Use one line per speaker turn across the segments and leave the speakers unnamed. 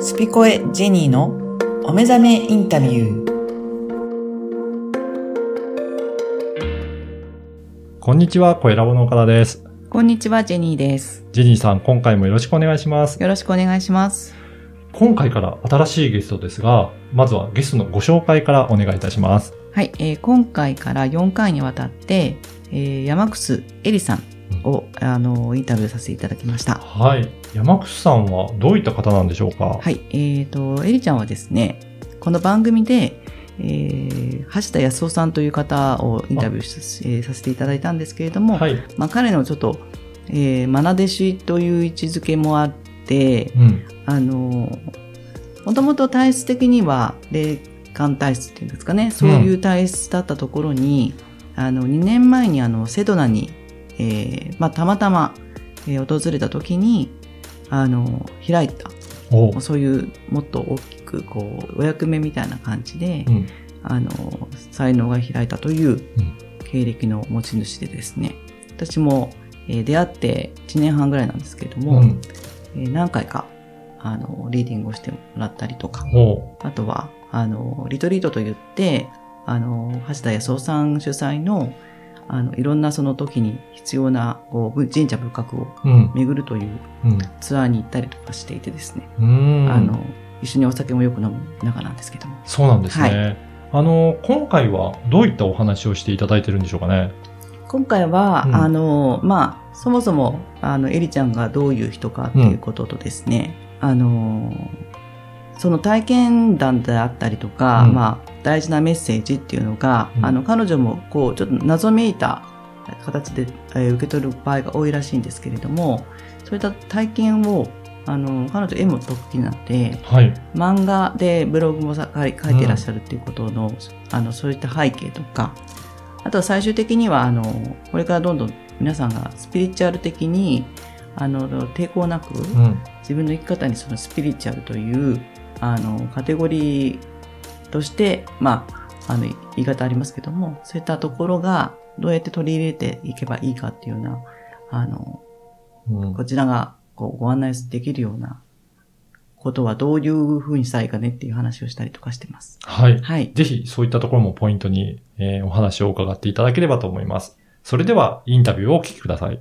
スピコエジェニーのお目覚めインタビュー。
こんにちは、小ラボの岡田です。
こんにちは、ジェニーです。
ジェニーさん、今回もよろしくお願いします。
よろしくお願いします。
今回から新しいゲストですが、まずはゲストのご紹介からお願いいたします。
はい、えー今回から4回にわたって、えー山楠エリさんを、あのインタビューさせていただきました。
はい。山口さんはどういった方なんでしょうかは。
はいい、えーと、エリちゃんはですね、この番組で、えー橋田康夫さんという方をインタビューしえーさせていただいたんですけれども、まあ、彼のちょっと、えー、愛弟子という位置づけもあって、
うん。
あの、もともと体質的には霊感体質っていうんですかね、そういう体質だったところに、あの、2年前にあの、セドナに、えーまあ、たまたま、えー訪れた時に、あの、開いた、
おう。
そういう、もっと大きく、こう、お役目みたいな感じで、
うん。
あの、才能が開いたという
うん
経歴の持ち主でですね、私も、えー出会って1年半ぐらいなんですけれども、
うん。
えー何回か、あの、リーディングをしてもらったりとか、
おう。
あとは、あの、リトリートと言って、あの、橋田康夫さん主催の、あの、いろんなその時に必要な、こう、神社仏閣を
うん。
巡るという
うん。
ツアーに行ったりとかしていてですね、
うーん。
あの、一緒にお酒もよく飲む仲なんですけども。
そうなんですね。
は
あの、今回はどういったお話をしていただいてるんでしょうかね。
今回は、
うん
あの、まあ、そもそも、あの、エリちゃんがどういう人かっていうこととですね、あの、その体験談であったりとか、
うん
まあ、大事なメッセージっていうのが、
うん
あの、彼女も、こう、ちょっと謎めいた形で、えー受け取る場合が多いらしいんですけれども、そういった体験を、あの、彼女絵も得意なので、
はい。
漫画でブログもさ書い書いてらっしゃるっていうことの,、あのそういった背景とかあとは最終的にはあのこれからどんどん皆さんがスピリチュアル的にあの抵抗なく
うん。
自分の生き方にそのスピリチュアルというあのカテゴリーとして、まあ、あの言い方ありますけどもそういったところがどうやって取り入れていけばいいかっていうようなあの
うん
こちらがこうご案内できるようなことはどういうふうにしたらいいかねっていう話をしたりとかしてます。
はい。
はい。
ぜひそういったところもポイントに、えーお話を伺っていただければと思います。それではインタビューをお聞きください。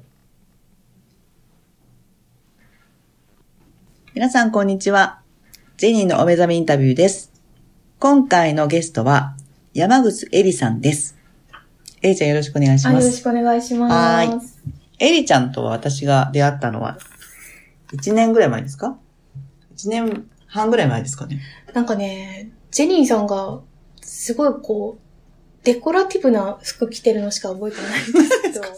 皆さんこんにちは。ジェニーのお目覚めインタビューです。今回のゲストは山口エリさんです。エリちゃんよろしくお願いし
あ
ま
よろ
す
し。くお願いします。
はエリちゃんと私が出会ったのは1年ぐらい前ですか ?1 年半ぐらい前ですかね。
なんかね、ジェニーさんが、すごいこう、デコラティブな服着てるのしか覚えてないん ですけど
何で。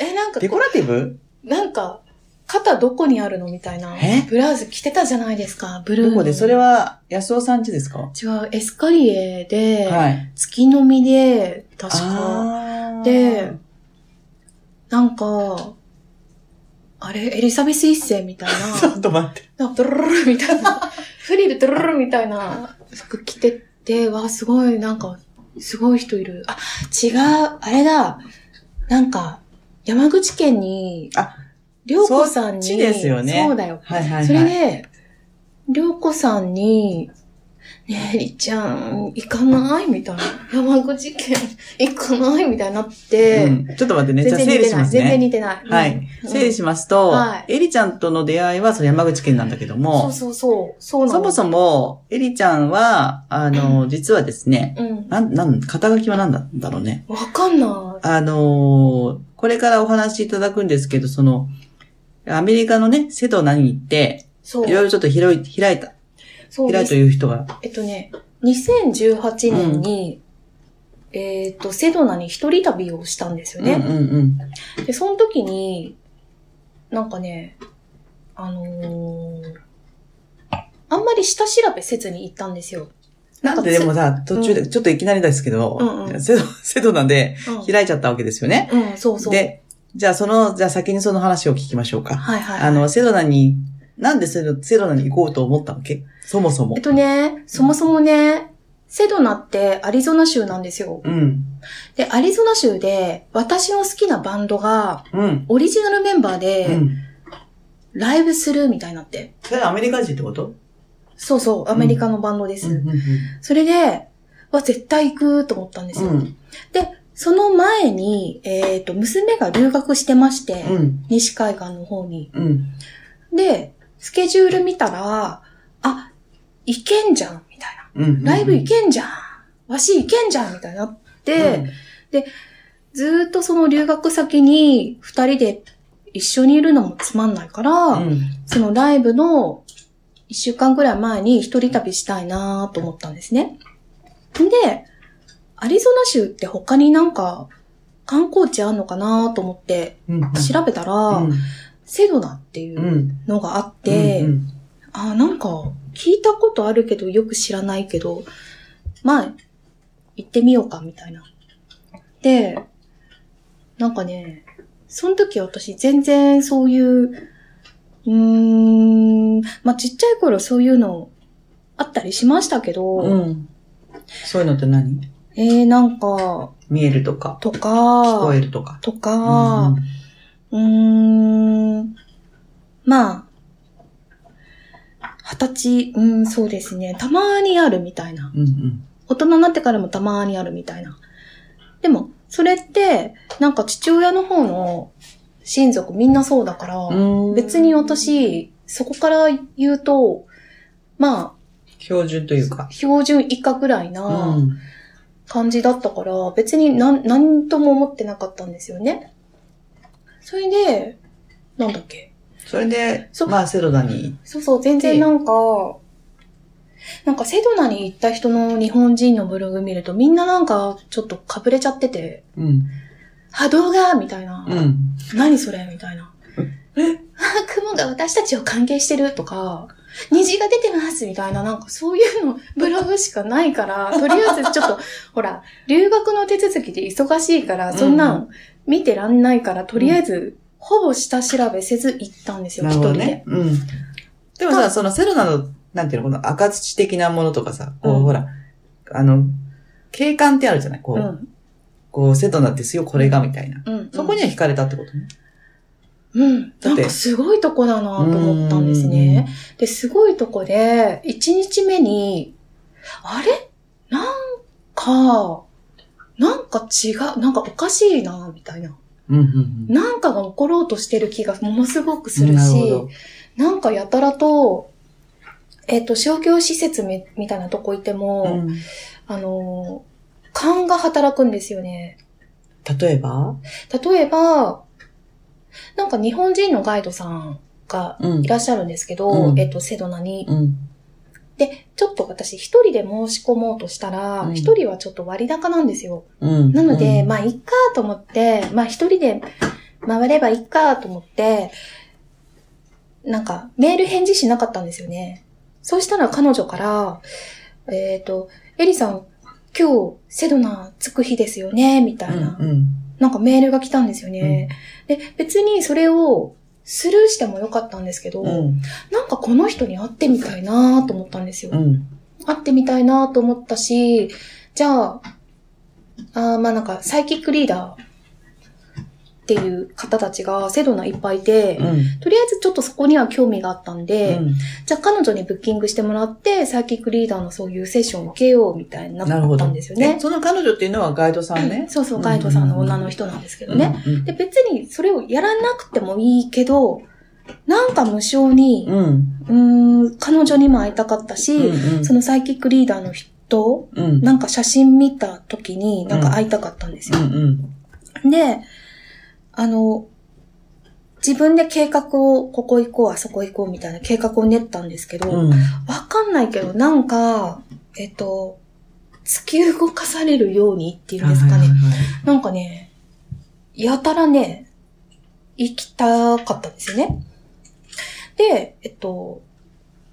え、なんか
デコ
こ、
ラティブ
なんか、肩どこにあるのみたいな
え。
ブラウス着てたじゃないですか、ブルー
ど
の。
こでそれは安尾さん家ですか
違う、エスカリエで、
はい。
月の実で、確か。
あー
で、なんか、あれ、エリザベス一世みたい な。
ちょっと待って。
なんかドロロロみたいな、フリルドロロロみたいな服着てて、わ、すごい、なんか、すごい人いる。あ、違う、あれだ。なんか、山口県に、
あ、
りょうこさんに、
そっちですよね
そうだよ。
はいはいはい。
それで、りょうこさんに、ねえ、りっちゃん、行かないみたいな。山口県、行かないみたいになって、
うんちょっと待ってね。じゃあ整
似
理
て
し
な
ま
い。
すね。
全然似てない。
はい。
うん
整理しますと、
は
エリちゃんとの出会いはその山口県なんだけど
そ
も
う、そうそう。そうな
そ
の
もそも、エリちゃんは、あの、実はですね、
うん。
なん、なん、肩書きは何だったんだろうね。
わかんない。
あの、これからお話しいただくんですけど、その、アメリカのね、瀬戸ナに行って、
そう。
いろいろちょっと広い、開いた、
そう
開いたという人が、
えっとね、2018年に、えっと、セドナに一人旅をしたんですよ
うん
ね。
うん
で、その時に、なんかね、あのーあんまり下調べせずに行ったんですよ。
なんででもさ、途中で、ちょっといきなりですけ
うん
ど
う、ん
瀬戸、瀬戸なんで
う
開いちゃったわけですよね。
ん、うん、そうそう。
で、じゃあその、じゃあ先にその話を聞きましょうか。
はいはい。
あの、セドナに、なんでセドセドナに行こうと思ったわけそもそも
えっ。とね、そもそもね、セドナってアリゾナ州なんですよ。
うん。
で、アリゾナ州で、私の好きなバンドが、
うん。
オリジナルメンバー
う
で、
ん。
ライブするみたいになって。
それはアメリカ人ってこと
そうそう、アメリカのバンドです。それで、は絶対行くと思ったんですよ。
うん。
その前に、えっ、と、娘が留学してまして、
うん。
西海岸の方に。
うん。
で、スケジュール見たら、あ、行けんじゃん、みたいな。
うん。
ライブ行けんじゃん。わし行けんじゃん、みたいになって、ずーっとその留学先に二人で一緒にいるのもつまんないから、
うん。
そのライブの一週間くらい前に一人旅したいなと思ったんですね。で、アリゾナ州って他になんか観光地あんのかなと思って
うん。
調べたら、セドナっていうのがあって、あ、なんか聞いたことあるけどよく知らないけど、まあ、行ってみようかみたいな。で、なんかね、その時私全然そういう、うーん、まあちっちゃい頃そういうのあったりしましたけど、
うん。そういうのって何
えー、なんか、
見えるとか、
と
聞こ
か
え、るとか。
とか、うーん。まあ、二十歳、うん、そうですね。たまにあるみたいな。
うんうん。
大人になってからもたまにあるみたいな。でも、それって、なんか父親の方の親族みんなそうだから、
うん
別に私、そこから言うと、ま
標準という
あ
か、。
標準以下ぐらいうな、
ん。
感じだったから、別になん、なんとも思ってなかったんですよね。それで、なんだっけ。
それで
そ、
まあ、セロダに。
そうそう、全然なんか、なんかセドナに行った人の日本人のブログ見ると、みんななんかちょっとかぶれちゃってて、
うん。
波動がみたいな。
うん。
何それみたいな。あ雲が私たちを関係してるとか、虹が出てますみたいな、なんかそういうの、ブログしかないから、とりあえずちょっと、 ほら、留学の手続きで忙しいから、そんな
うん
見てらんないから、とりあえず、ほぼ下調べせず行ったんですよ、
なる
一
ほど
人
ね
で。。
うん。でも
は
さ、
い
そのセロダの、なんていうの、この赤土的なものとかさ、こ
う
う、
ん
ほら、あの、景観ってあるじゃないこ
う
う、
ん。
こう、セドナですよ、これが、みたいな。
うん。
そこには惹かれたってことね。
うん。
だ
な
っ
ん
て
かすごいとこだなと思ったんですね。で、すごいとこで、1日目に、あれなんか、なんか違う、なんかおかしいな、みたいな。
うん。うん。うん
なんかが起ころうとしてる気がものすごくする
な
し、
ほど
なんかやたらと、えっ、と、商業施設みみたいなとこいても、
うん
あのー、勘が働くんですよね。
例えば
例えば、なんか日本人のガイドさんが
うん
いらっしゃるんですけど、
うん
えっ、と、セドナに
うん。
で、ちょっと私一人で申し込もうとした
う
ら、
ん
一、人はちょっと割高なんですよ。
うん。
なので、
うん、
まあ、いっかと思って、まあ、一人で回ればいっかと思って、なんか、メール返事しなかったんですよね。そうしたら彼女から、えっ、と、エリさん、今日、セドナ着く日ですよね、みたいな、
うんうん。
なんかメールが来たんですよね。で、別にそれをスルーしてもよかったんですけど、
うん。
なんかこの人に会ってみたいなと思ったんですよ。
うん。
会ってみたいなと思ったし、じゃあ、あーまあなんか、サイキックリーダーっていう方たちがセドナいっぱいいて、
うん。
とりあえずちょっとそこには興味があったんで、じゃあ彼女にブッキングしてもらって、サイキックリーダーのそういうセッションを受けようみたいにな
なるほ
っ
ど。
たんですよね
え。その彼女っていうのはガイドさんね。
そうそう、ガイドさんの女の人なんですけどね。
うん。
で、別にそれをやらなくてもいいけど、なんか無性に
う、ん。
うーん、彼女にも会いたかったし、
うん。
そのサイキックリーダーの人
うん。
なんか写真見た時に、なんか会いたかったんです
う
よ。
ん。うん。
で、あの、自分で計画を、ここ行こう、あそこ行こうみたいな計画を練ったんですけど、わ、
うん。
かんないけど、なんか、えっと、突き動かされるようにっていうんですか
はいはい
ね。
はい
なんかね、やたらね、行きたかったんですよね。で、えっと、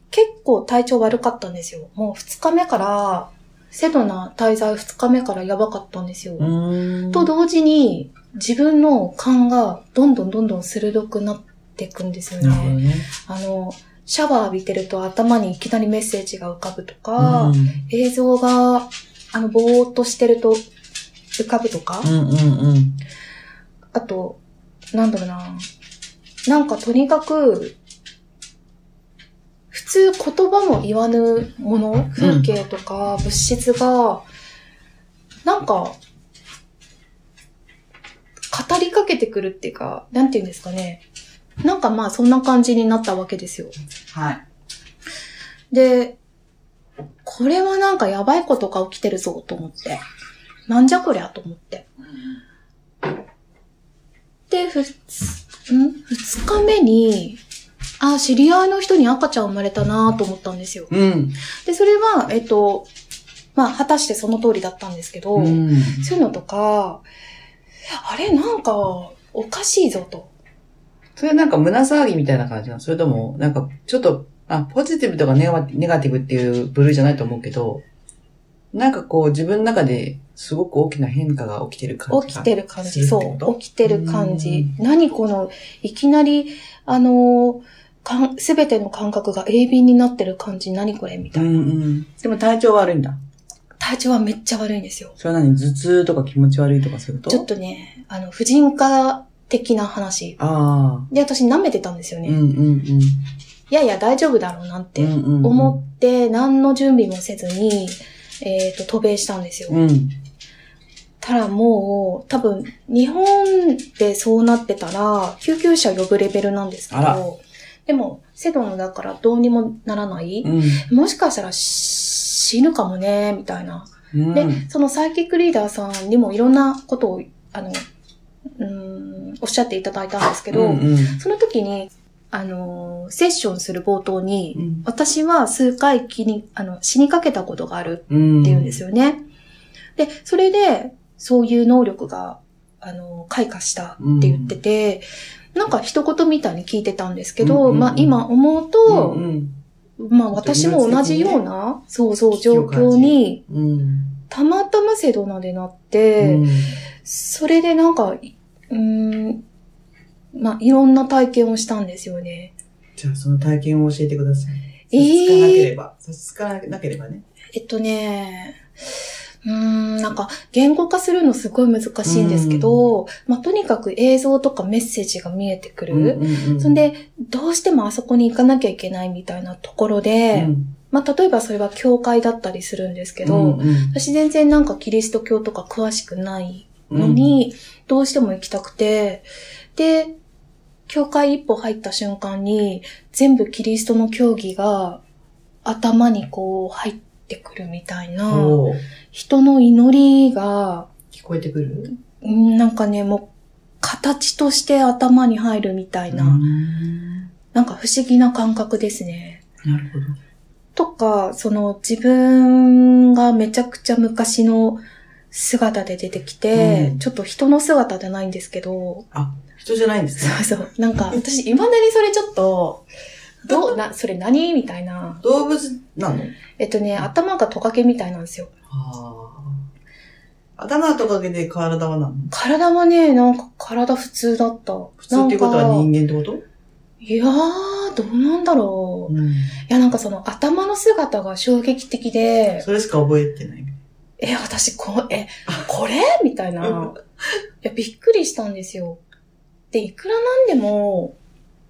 結構体調悪かったんですよ。もう二日目から、セドナ滞在二日目からやばかったんですよ。
うーん
と同時に、自分の勘がどんどんどんどん鋭くなっていくんですよ
なるほど
ね。
ね。
あの、シャワー浴びてると頭にいきなりメッセージが浮かぶとか、
うん
映像が、あの、ぼーっとしてると浮かぶとか、
うんうんうん。
あと、なんだろうな。なんかとにかく、普通言葉も言わぬもの、風景とか物質が、なんか、語りかけてくるっていうか、なんて言うんですかね。なんかまあそんな感じになったわけですよ。
はい。
で、これはなんかやばいことが起きてるぞと思って。なんじゃこりゃと思って。で、ふつ、ん二日目に、あ、知り合いの人に赤ちゃん生まれたなと思ったんですよ。
うん。
で、それは、えっと、まあ、果たしてその通りだったんですけど、
うん。
そういうのとか、あれ、なんか、おかしいぞと。
それなんか胸騒ぎみたいな感じなのそれとも、なんかちょっと、あ、ポジティブとかネガネガティブっていう部類じゃないと思うけど、なんかこう自分の中ですごく大きな変化が起きてる感じ
起
が
きてる感
す
じ。
るって
そ
こと
う。起きてる感じ。
う
何この、いきなり、あのー、すべての感覚が鋭敏になってる感じ、何これみた
う
いな。
んうん。でも体調悪いんだ。
体調はめっちゃ悪いんですよ。
それは何頭痛とか気持ち悪いとかすると
ちょっとね、あの、婦人科的な話。
ああ。
で、私舐めてたんですよね。
うん
い
うんうん。
やいや、大丈夫だろうなって
うんうんうん
思って、何の準備もせずに、えっ、と、渡米したんですよ。
うん。
たらもう、多分、日本でそうなってたら、救急車呼ぶレベルなんですけ
あら
ど、でも、セドンだからどうにもならない、
うん。
もしかしたら死ぬかもね、みたいな。
うん。
で、そのサイキックリーダーさんにもいろんなことを、あの、うーん、おっしゃっていただいたんですけ
う
ど、
んうん
その時に、あの、セッションする冒頭に、
うん
私は数回気に、あの、死にかけたことがある
うん。
って言うんですよね。で、それで、そういう能力が、あの、開花したって言ってて、なんか一言みたいに聞いてたんですけど、
うんうんうん
まあ今思う
うん
と、
うん。
まあ私も同じような、そうそう、状況に、
うん。
たまたまセドナでなって、
うん
それでなんか、うーん、まあいろんな体験をしたんですよね。
じゃあその体験を教えてください。
えー
差し支えなければ。差し支えなければね。
えっとね、うーん、なんか言語化するのすごい難しいんですけど、まあとにかく映像とかメッセージが見えてくる。
う
そん、で、どうしてもあそこに行かなきゃいけないみたいなところ
う
で、
ん
まあ例えばそれは教会だったりするんですけど、
うんうん
私全然なんかキリスト教とか詳しくないのに、どうしても行きたくて、で、教会一歩入った瞬間に、全部キリストの教義が頭にこう入ってくるみたいな、
おー
人の祈りが、
聞こえてくる
うんなんかね、もう形として頭に入るみたいな、
うん
なんか不思議な感覚ですね。
なるほど。
とか、その自分がめちゃくちゃ昔の姿で出てきて、
うん
ちょっと人の姿じゃないんですけど、
人じゃないんですね。
そうそう、なんか私未だにそれちょっと、どう、な、それ何みたいな。
動物なの
えっとね、頭がトカゲみたいなんですよ。
ああ。頭とかげで体はなの
体はね、なんか体普通だった。
普通っていうことは
なんか
人間ってこと
いやー、どうなんだろう。い
うん
や、なんかその頭の姿が衝撃的で、
それしか覚えてない。
え、私、こ、え、これみたいな。いや、びっくりしたんですよ。で、いくらなんでも、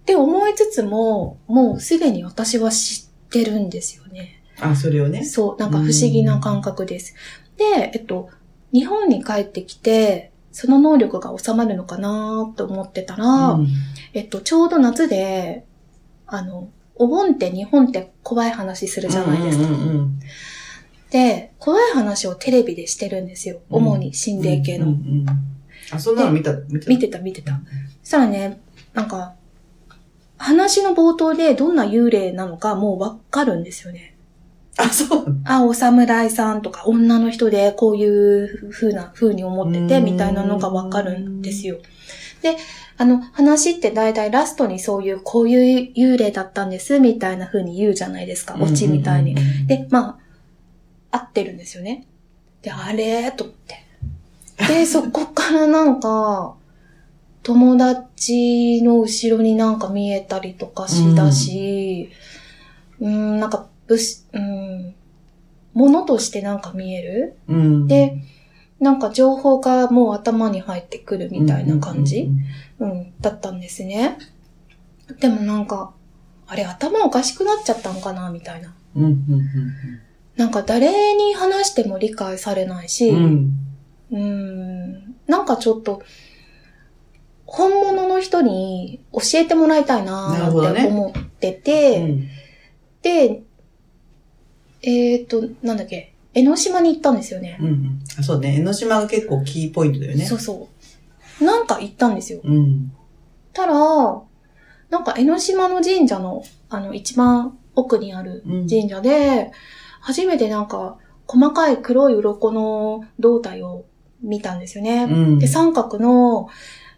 って思いつつも、もうすでに私は知ってるんですよね。
あ、それをね。
そう、なんか不思議な感覚です。で、えっと、日本に帰ってきて、その能力が収まるのかなと思ってたら、
うん
えっと、ちょうど夏で、あの、お盆って日本って怖い話するじゃないですか。
うんうん
で、怖い話をテレビでしてるんですよ。
うん
主に心霊系の。
うんうんうんあ、そんなの見た、見た。
見てた見てた。そしたらね、なんか、話の冒頭でどんな幽霊なのかもうわかるんですよね。
あ、そう。
あ、お侍さんとか女の人でこういう風な風に思ってて
うん
みたいなのがわかるんですよ。で、あの、話って大体ラストにそういうこういう幽霊だったんですみたいな風に言うじゃないですか。オチみたいに
うん。うんうん。
で、まあ、合ってるんですよね。で、あれと思って。 で、そこからなんか、友達の後ろになんか見えたりとかしだし、うーん、んなんか、物資、うん、ものとしてなんか見える
うん、
で、なんか情報がもう頭に入ってくるみたいな感じ、
うんうんうん
うん、だったんですね。でもなんか、あれ頭おかしくなっちゃったのかなみたいな。
うん、うん、
なんか誰に話しても理解されないし、
うん。うん。
うーんなんかちょっと、本物の人に教えてもらいたいな
なるほど
ーっ
ね
て思ってて、
うん
で、えっ、と、なんだっけ、江ノ島に行ったんですよね。
うんうん。あそうね。江ノ島が結構キーポイントだよね。
そうそう。なんか行ったんですよ。
うん。
たら、なんか江ノ島の神社の、あの、一番奥にある
うん。
神社で、初めてなんか、細かい黒い鱗の胴体を見たんですよね。
うん。
で、三角の、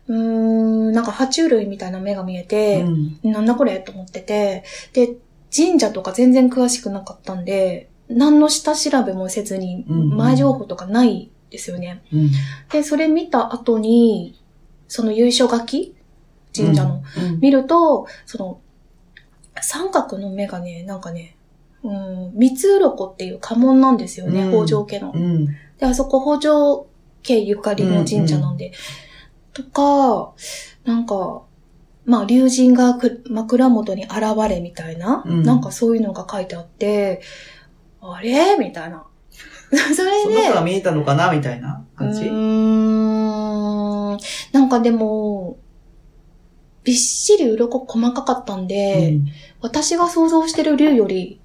うーん、なんか爬虫類みたいな目が見えて
う、ん
なんだこれと思ってて、で、神社とか全然詳しくなかったんで、何の下調べもせずに、
うんうん
前情報とかないですよね。
うん。
で、それ見た後に、その優勝書き神社の。
うん。
見ると、その、三角の目がね、なんかね、うん、三つ鱗っていう家紋なんですよね、
うん
北条家の。
うん。
で、あそこ北条家ゆかりの神社なんで。とか、なんか、まあ、竜神がく枕元に現れみたいな、
うん
なんかそういうのが書いてあって、あれみたいな。 それ
そ
で、
の子が見えたのかなみたいな感じ
うーん。なんかでも、びっしり鱗細かかったんで、私が想像してる竜より、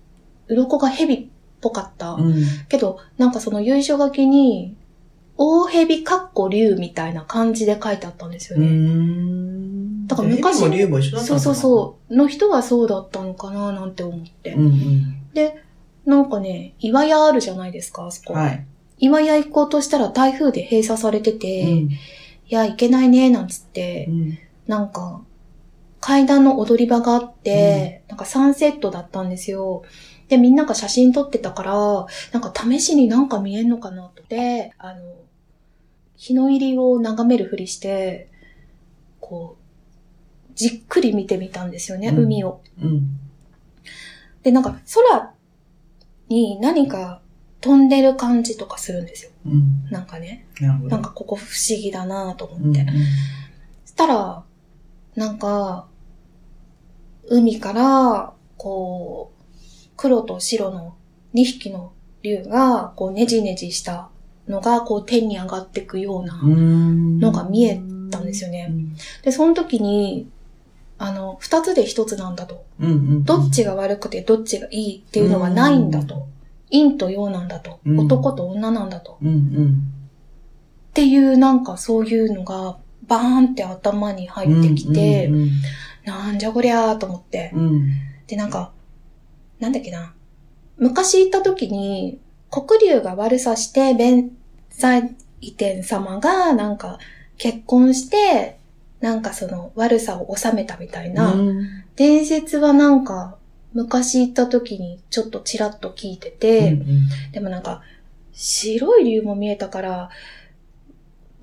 鱗が蛇っぽかった。
うん。うん
けど、なんかその優書書きに、大蛇かっこ竜みたいな感じで書いてあったんですよ
うー
ね。
ん。
だから昔
ヘビも竜も一緒だった
そ
のか
う
な
そうそう。の人はそうだったのかななんて思って。
うんうん。
なんかね、岩屋あるじゃないですか、あそこ。
はい。
岩屋行こうとしたら台風で閉鎖されてて、
う
い
ん
や、行けないね、なんつって、
うん
なんか、階段の踊り場があって、なんかサンセットだったんですよ。で、みんなが写真撮ってたから、なんか試しになんか見えんのかなと思って、あの、日の入りを眺めるふりして、こう、じっくり見てみたんですよね、
うん
海を。
うん。
で、なんか空に何か飛んでる感じとかするんですよ。
うん。
なんかね。
なるほど。
なんかここ不思議だなと思
うん、う
っ
ん
て。したら、なんか、海から、こう、黒と白の2匹の竜が、こう、ねじねじしたのが、こう、天に上がってくような、
うーん。
のが見えたんですよね。で、その時に、あの、二つで一つなんだと。
うん。うん。
どっちが悪くてどっちがいいっていうのはないんだと。陰と陽なんだと。
うん
男と女なんだと。
うんうん。
っていう、なんかそういうのが、バーンって頭に入ってきて、
うんうん
なんじゃこりゃーと思って。
うん。うん
で、なんか、なんだっけな。昔行った時に、黒竜が悪さして、弁財天様が、なんか、結婚して、なんかその悪さを収めたみたいな、
うん
伝説はなんか、昔行った時にちょっとちらっと聞いてて、でもなんか、白い竜も見えたから、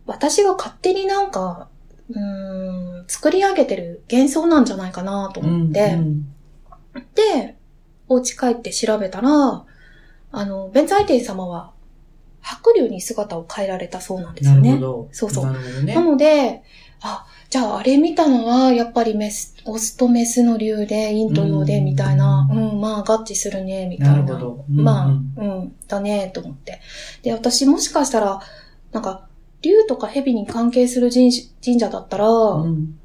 私が勝手になんか、うーん、作り上げてる幻想なんじゃないかなと
うんうん
思って、
うん
で、お家帰って調べたら、あの、弁財天様は白龍に姿を変えられたそうなんです
な
よ
る
ね。
ほ
な
ど。
そうそう
なるほどね。
ので、あ、じゃああれ見たのは、やっぱりメス、オスとメスの竜で、インと陽で、
うん
みたいな、うん、まあ合致するね、みたいな。
なるほど。うんうん
まあ、うん、だね、と思って。で、私もしかしたら、なんか、竜とか蛇に関係する神神社だったら、
うん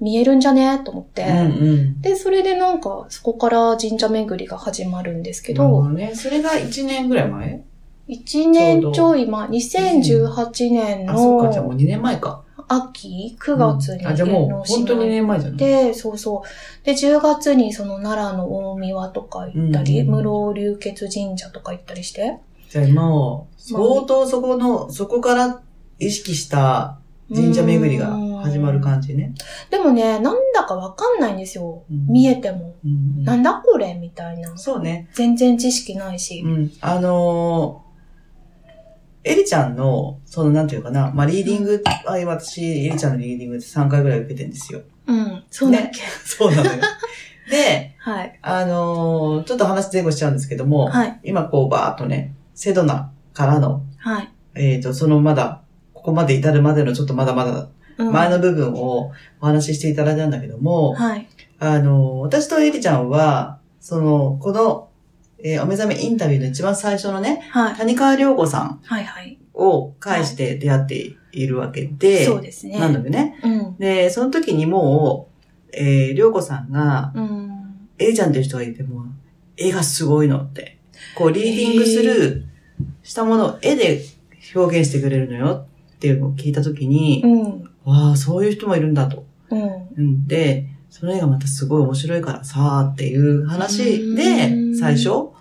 見えるんじゃねと思って。
うんうん。
で、それでなんか、そこから神社巡りが始まるんですけ
なるほど
ど、
ね。それが1年ぐらい前
1年ちょい前、2018年
あ、そっか。じゃあもう
の
2年前か。
秋、9月に
あ、じゃあも
の
う本当に2年前じゃない
で、そうそう。で、10月にその奈良の大宮とか行ったり、
うん
室流血神社とか行ったりして、
じゃあもう、相当そこの、そこから意識した神社巡りが始まる感じね。
じ。でもね、なんだかわかんないんですよ。
うん
見えても。
うんうん
なんだこれみたいな。
そうね。
全然知識ないし。
うん。あのー、エリちゃんの、その、なんていうかな、まあ、リーディング、あ私、エリちゃんのリーディングって3回ぐらい受けてんですよ。
うん、そうだっけ。
そうなのよ。で、
はい。
あのーちょっと話前後しちゃうんですけども、
はい。
今こう、バーっとね、セドナからの、
はい。
えっ、と、そのまだ、ここまで至るまでのちょっとまだまだ
うん
前の部分をお話ししていただいたんだけども、
はい。
あの、私とエリちゃんは、その、この、えーお目覚めインタビューの一番最初のね、
はい。
谷川良子さん
はいはい。
を介して出会っているわけで、
そうですね。
なんだよね。
うん。
で、その時にもう、えー、良子さんが、
うん。
エリちゃんという人がいても、絵がすごいのって。こう、リーディングする、したものを絵で表現してくれるのよっていうのを聞いた時に、
うん。
わあ、そういう人もいるんだと。
うん。
うん、で、その絵がまたすごい面白いからさーっていう話
う
で、
ん
最初、
あ
お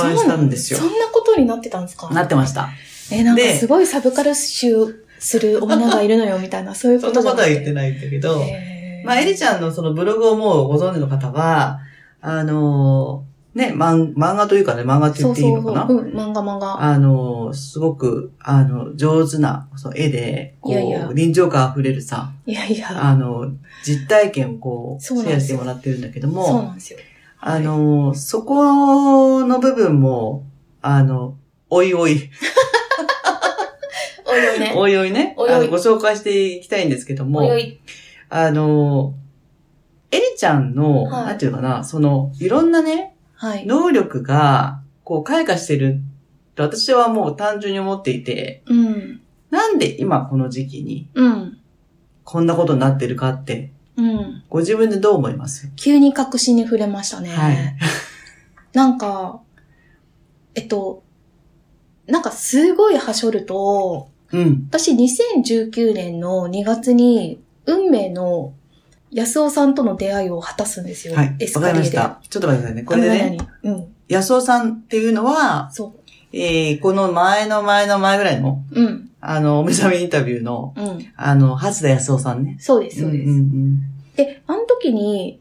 会いしたんですよ
そうなそんなことになってたんですか
なってました。
え、なんか
です
ごいサブカル集する女がいるのよ、みたいな、そうい う
そ
こ
んな
と
ことは言って
い。
ないんだけど、
へー
まあ、エリちゃんのそのブログをもうご存知の方は、あのーね、漫漫画というかね、漫画って言
そう
っていいの
そう
か
そう。
な
うん、漫画漫画。
あのーすごく、あの、上手な、その絵で、こう、
いやいや
臨場感溢れるさ、
いやいや、
あの、実体験をこう、シ
そうなん
ェ
で
アし
す
て
よ
もらってるんだけども、
そうなんですよ。
あの、そこの部分も、あの、おいおい、
おいおいね。
おいおいね、
おいおい
あのご紹介していきたいんですけども、
おいおい。
あの、エリちゃんの、
はい
なんていうのかな、その、いろんなね、
はい。
能力が、こう、開花してると私はもう単純に思っていて、
うん。
なんで今この時期に、
うん。
こんなことになってるかって、
うん。
ご自分でどう思います
急に確信に触れましたね。
はい
なんか、えっと、なんかすごいはしょると、
うん。
私2019年の2月に、運命の安尾さんとの出会いを果たすんですよ。
はい
エ。ス
わかり
カレ
ま
ー
し
で。
た。ちょっと待ってくださいね。これでね、
あ。何々
安尾さんっていうのは
うん。、そ
えーこの前の前の前ぐらいの、
う。うん。
あの、お目覚めインタビューの、
うん。
あの、初田康夫さんね。
そうです、そうです。
んん
で、あの時に、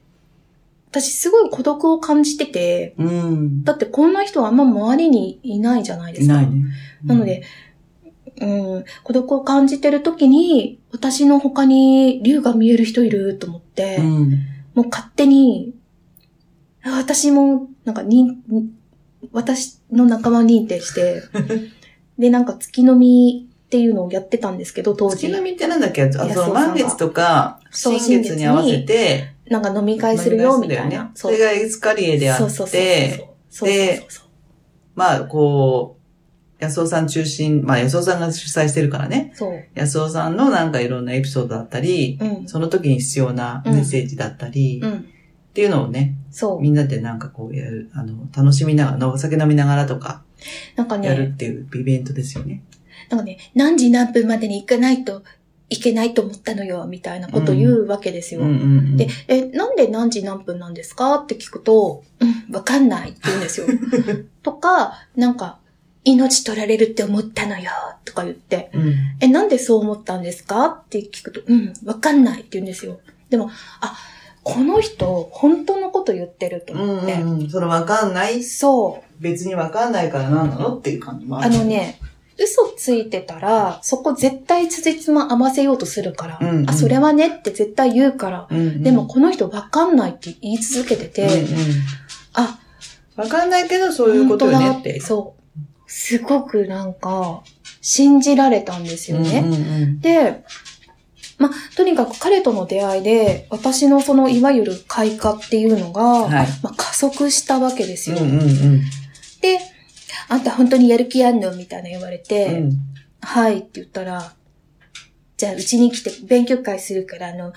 私すごい孤独を感じてて、
うん。うん
だってこんな人はあんま周りにいないじゃない
い
ですか。
ないね。
なので、うん、孤独を感じてる時に、私の他に竜が見える人いると思って、
うん、うん。
もう勝手に、あ私も、なんかに、に私の仲間認定 して、で、なんか月飲みっていうのをやってたんですけど、当
月
時。
並みってなんだっけあ
安尾
そ
さ
の
んが
満月とか、
そ
新
う
月に合わせて、
なんか飲み会するよ、みたいな。
それがエスカリエであ
そうそうそ
っ
うそう
て、
そうそうそうそう。
まあ、こう、安尾さん中心、まあ、安尾さんが主催してるからね、
そう。
安尾さんのなんかいろんなエピソードだったり、
うん。
その時に必要なメッセージだったり、
う
っ
ん。
ていうのをね、
そう。
みんなでなんかこうやる、あの、楽しみながら、お酒飲みながらとか、
なんか
やる
ね、
っていうイベントですよね。
なんかね、何時何分までに行かないといけないと思ったのよ、みたいなこと言うわけですよ。
うんうんうん
で、え、なんで何時何分なんですかって聞くと、うん、わかんないって言うん ですよ。とか、なんか、命取られるって思ったのよ、とか言って、
うん
え、なんでそう思ったんですかって聞くと、うん、わかんないって言うんですよ。でも、あ、この人、本当のこと言ってると
う
思
ん
って。
うんうん、そのわかんない、
そう。
別にわかんないからなんなのっていう感じもある。
あの。ね、嘘ついてたら、そこ絶対つじつま合わせようとするから、
うんうん
あ、それはねって絶対言うから、
うんうん、
でも、この人わかんないって言い続けて
う
て、
んうん、
あ、
わかんないけど、そういう
本
こと
当
よね
だ
っ。
ってて、そう。すごくなんか、信じられたんですよね。
うんうん
で、ま、とにかく彼との出会いで、私のその、いわゆる開花っていうのが、
うん。はい。
まあ、加速したわけです
うん
よ。
うんうん
で、あんた本当にやる気あんのみたいな言われて、
うん。
はいって言ったら、じゃあうちに来て勉強会するから、あの、あの、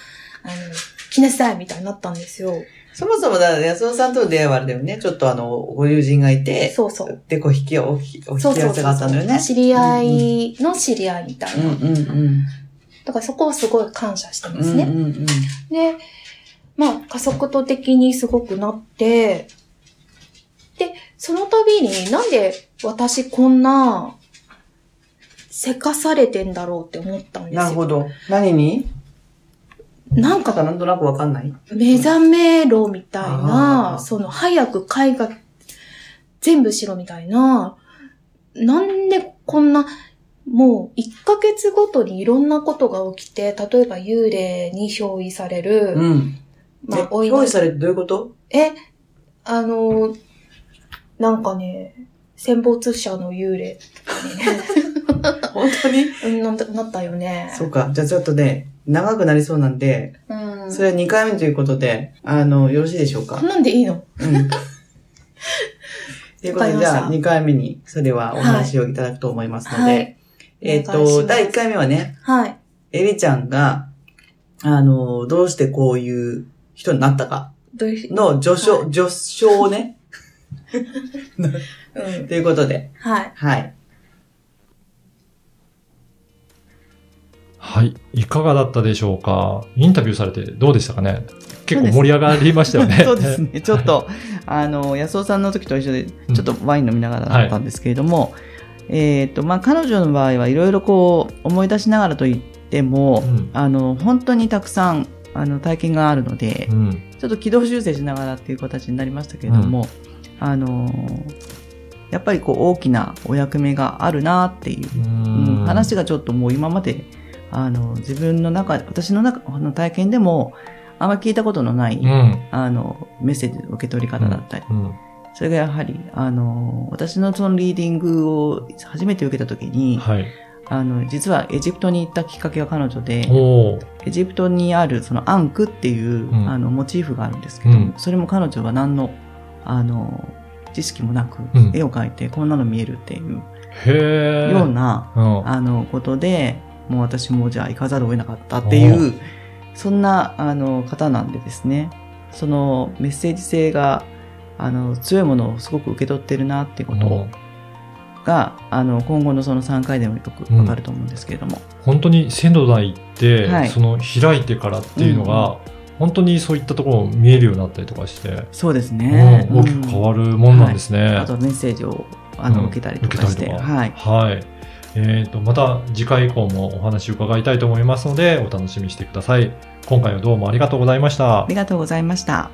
来なさいみたいになったんですよ。
そもそもだ、安尾さんとの出会いはあれだよね。ちょっとあの、ご友人がいて、
そうそう。
で、こう、引き、お引き、お引き
そう
合
そう
わ
そ
せ
う
があったのよね。
知り合いの知り合いみたいな。
うんうん
だからそこをすごい感謝して
うん。
ますね。
うんうんうん。
で、まあ、加速度的にすごくなって、で、その度になんで私こんな、せかされてんだろうって思ったんですよ。
なるほど。何に
なん
なん
か
かなんとなくわかんない
目覚めろみたい
あー
な、その早く絵画全部しろみたいな、なんでこんな、もう1ヶ月ごとにいろんなことが起きて、例えば幽霊に憑依される、
うん。
まあ
え、
お
用
祈
意
り、
されてどういうこと
え、あの、なんかね、戦没者の幽霊
本当に
うんななったよね。
そうか。じゃあちょっとね、長くなりそうなんで、
うんうん。
それは2回目ということで、あの、よろしいでしょうか
こんなんでいいの
うん。ということで、じゃ
わかりました
あ2回目にそれはお話をいただくと思いますので、
はい。
えっ、
お願いしま
と、
す
第1回目はね、
はい。
エリちゃんが、あの、どうしてこういう人になったか
どういうふう
の序章、
は
序章をね、
うん。
ということで、
はい。
はい。
はい。いかがだったでしょうかインタビューされてどうでしたかね結
そうで
構
す
盛り上がりましたよね。
そうです ね。ちょっと、あの、安尾さんの時と一緒で、ちょっとワイン飲みながらだったんですけれども、えっ、と、まあ、彼女の場合はいろいろこう、思い出しながらと言っても、
うん
あの、本当にたくさん、あの、体験があるので、
うん。
ちょっと軌道修正しながらっていう形になりましたけれども、あの、やっぱりこう、大きなお役目があるなっていうう
う
ん
ん。
話がちょっともう今まであの自分の中私の中あの体験でもあんま聞いたことのない、
うん。
あのメッセージの受け取り方だったり、
うん。
それがやはりあの私のそのリーディングを初めて受けた時に、
はい。
あの実はエジプトに行ったきっかけが彼女で
おー
エジプトにあるそのアンクっていう、
うん
あのモチーフがあるんですけど、
うん
それも彼女は何のあの知識もなく、
うん
絵を描いてこんなの見えるっていう
へえ。
ような
うん。
あのことでもう私もじゃあ行かざるを得なかったっていうそんなあの方なんでですねそのメッセージ性があの強いものをすごく受け取ってるなっていうことが、あの今後のその3回でもよくわかると思うんですけれども、
本当に仙道台行って、
はい
その開いてからっていうのが、本当にそういったところも見えるようになったりとかして、
そうですね、
うん大きく変わるもんなんですね。
うんあとメッセージをあ
う
の
ん
受けたりとかして、
受けたりとか
はい、
はい。えっ、と、また次回以降もお話伺いたいと思いますので、お楽しみにしてください。今回はどうもありがとうございました
あり。がとうございました。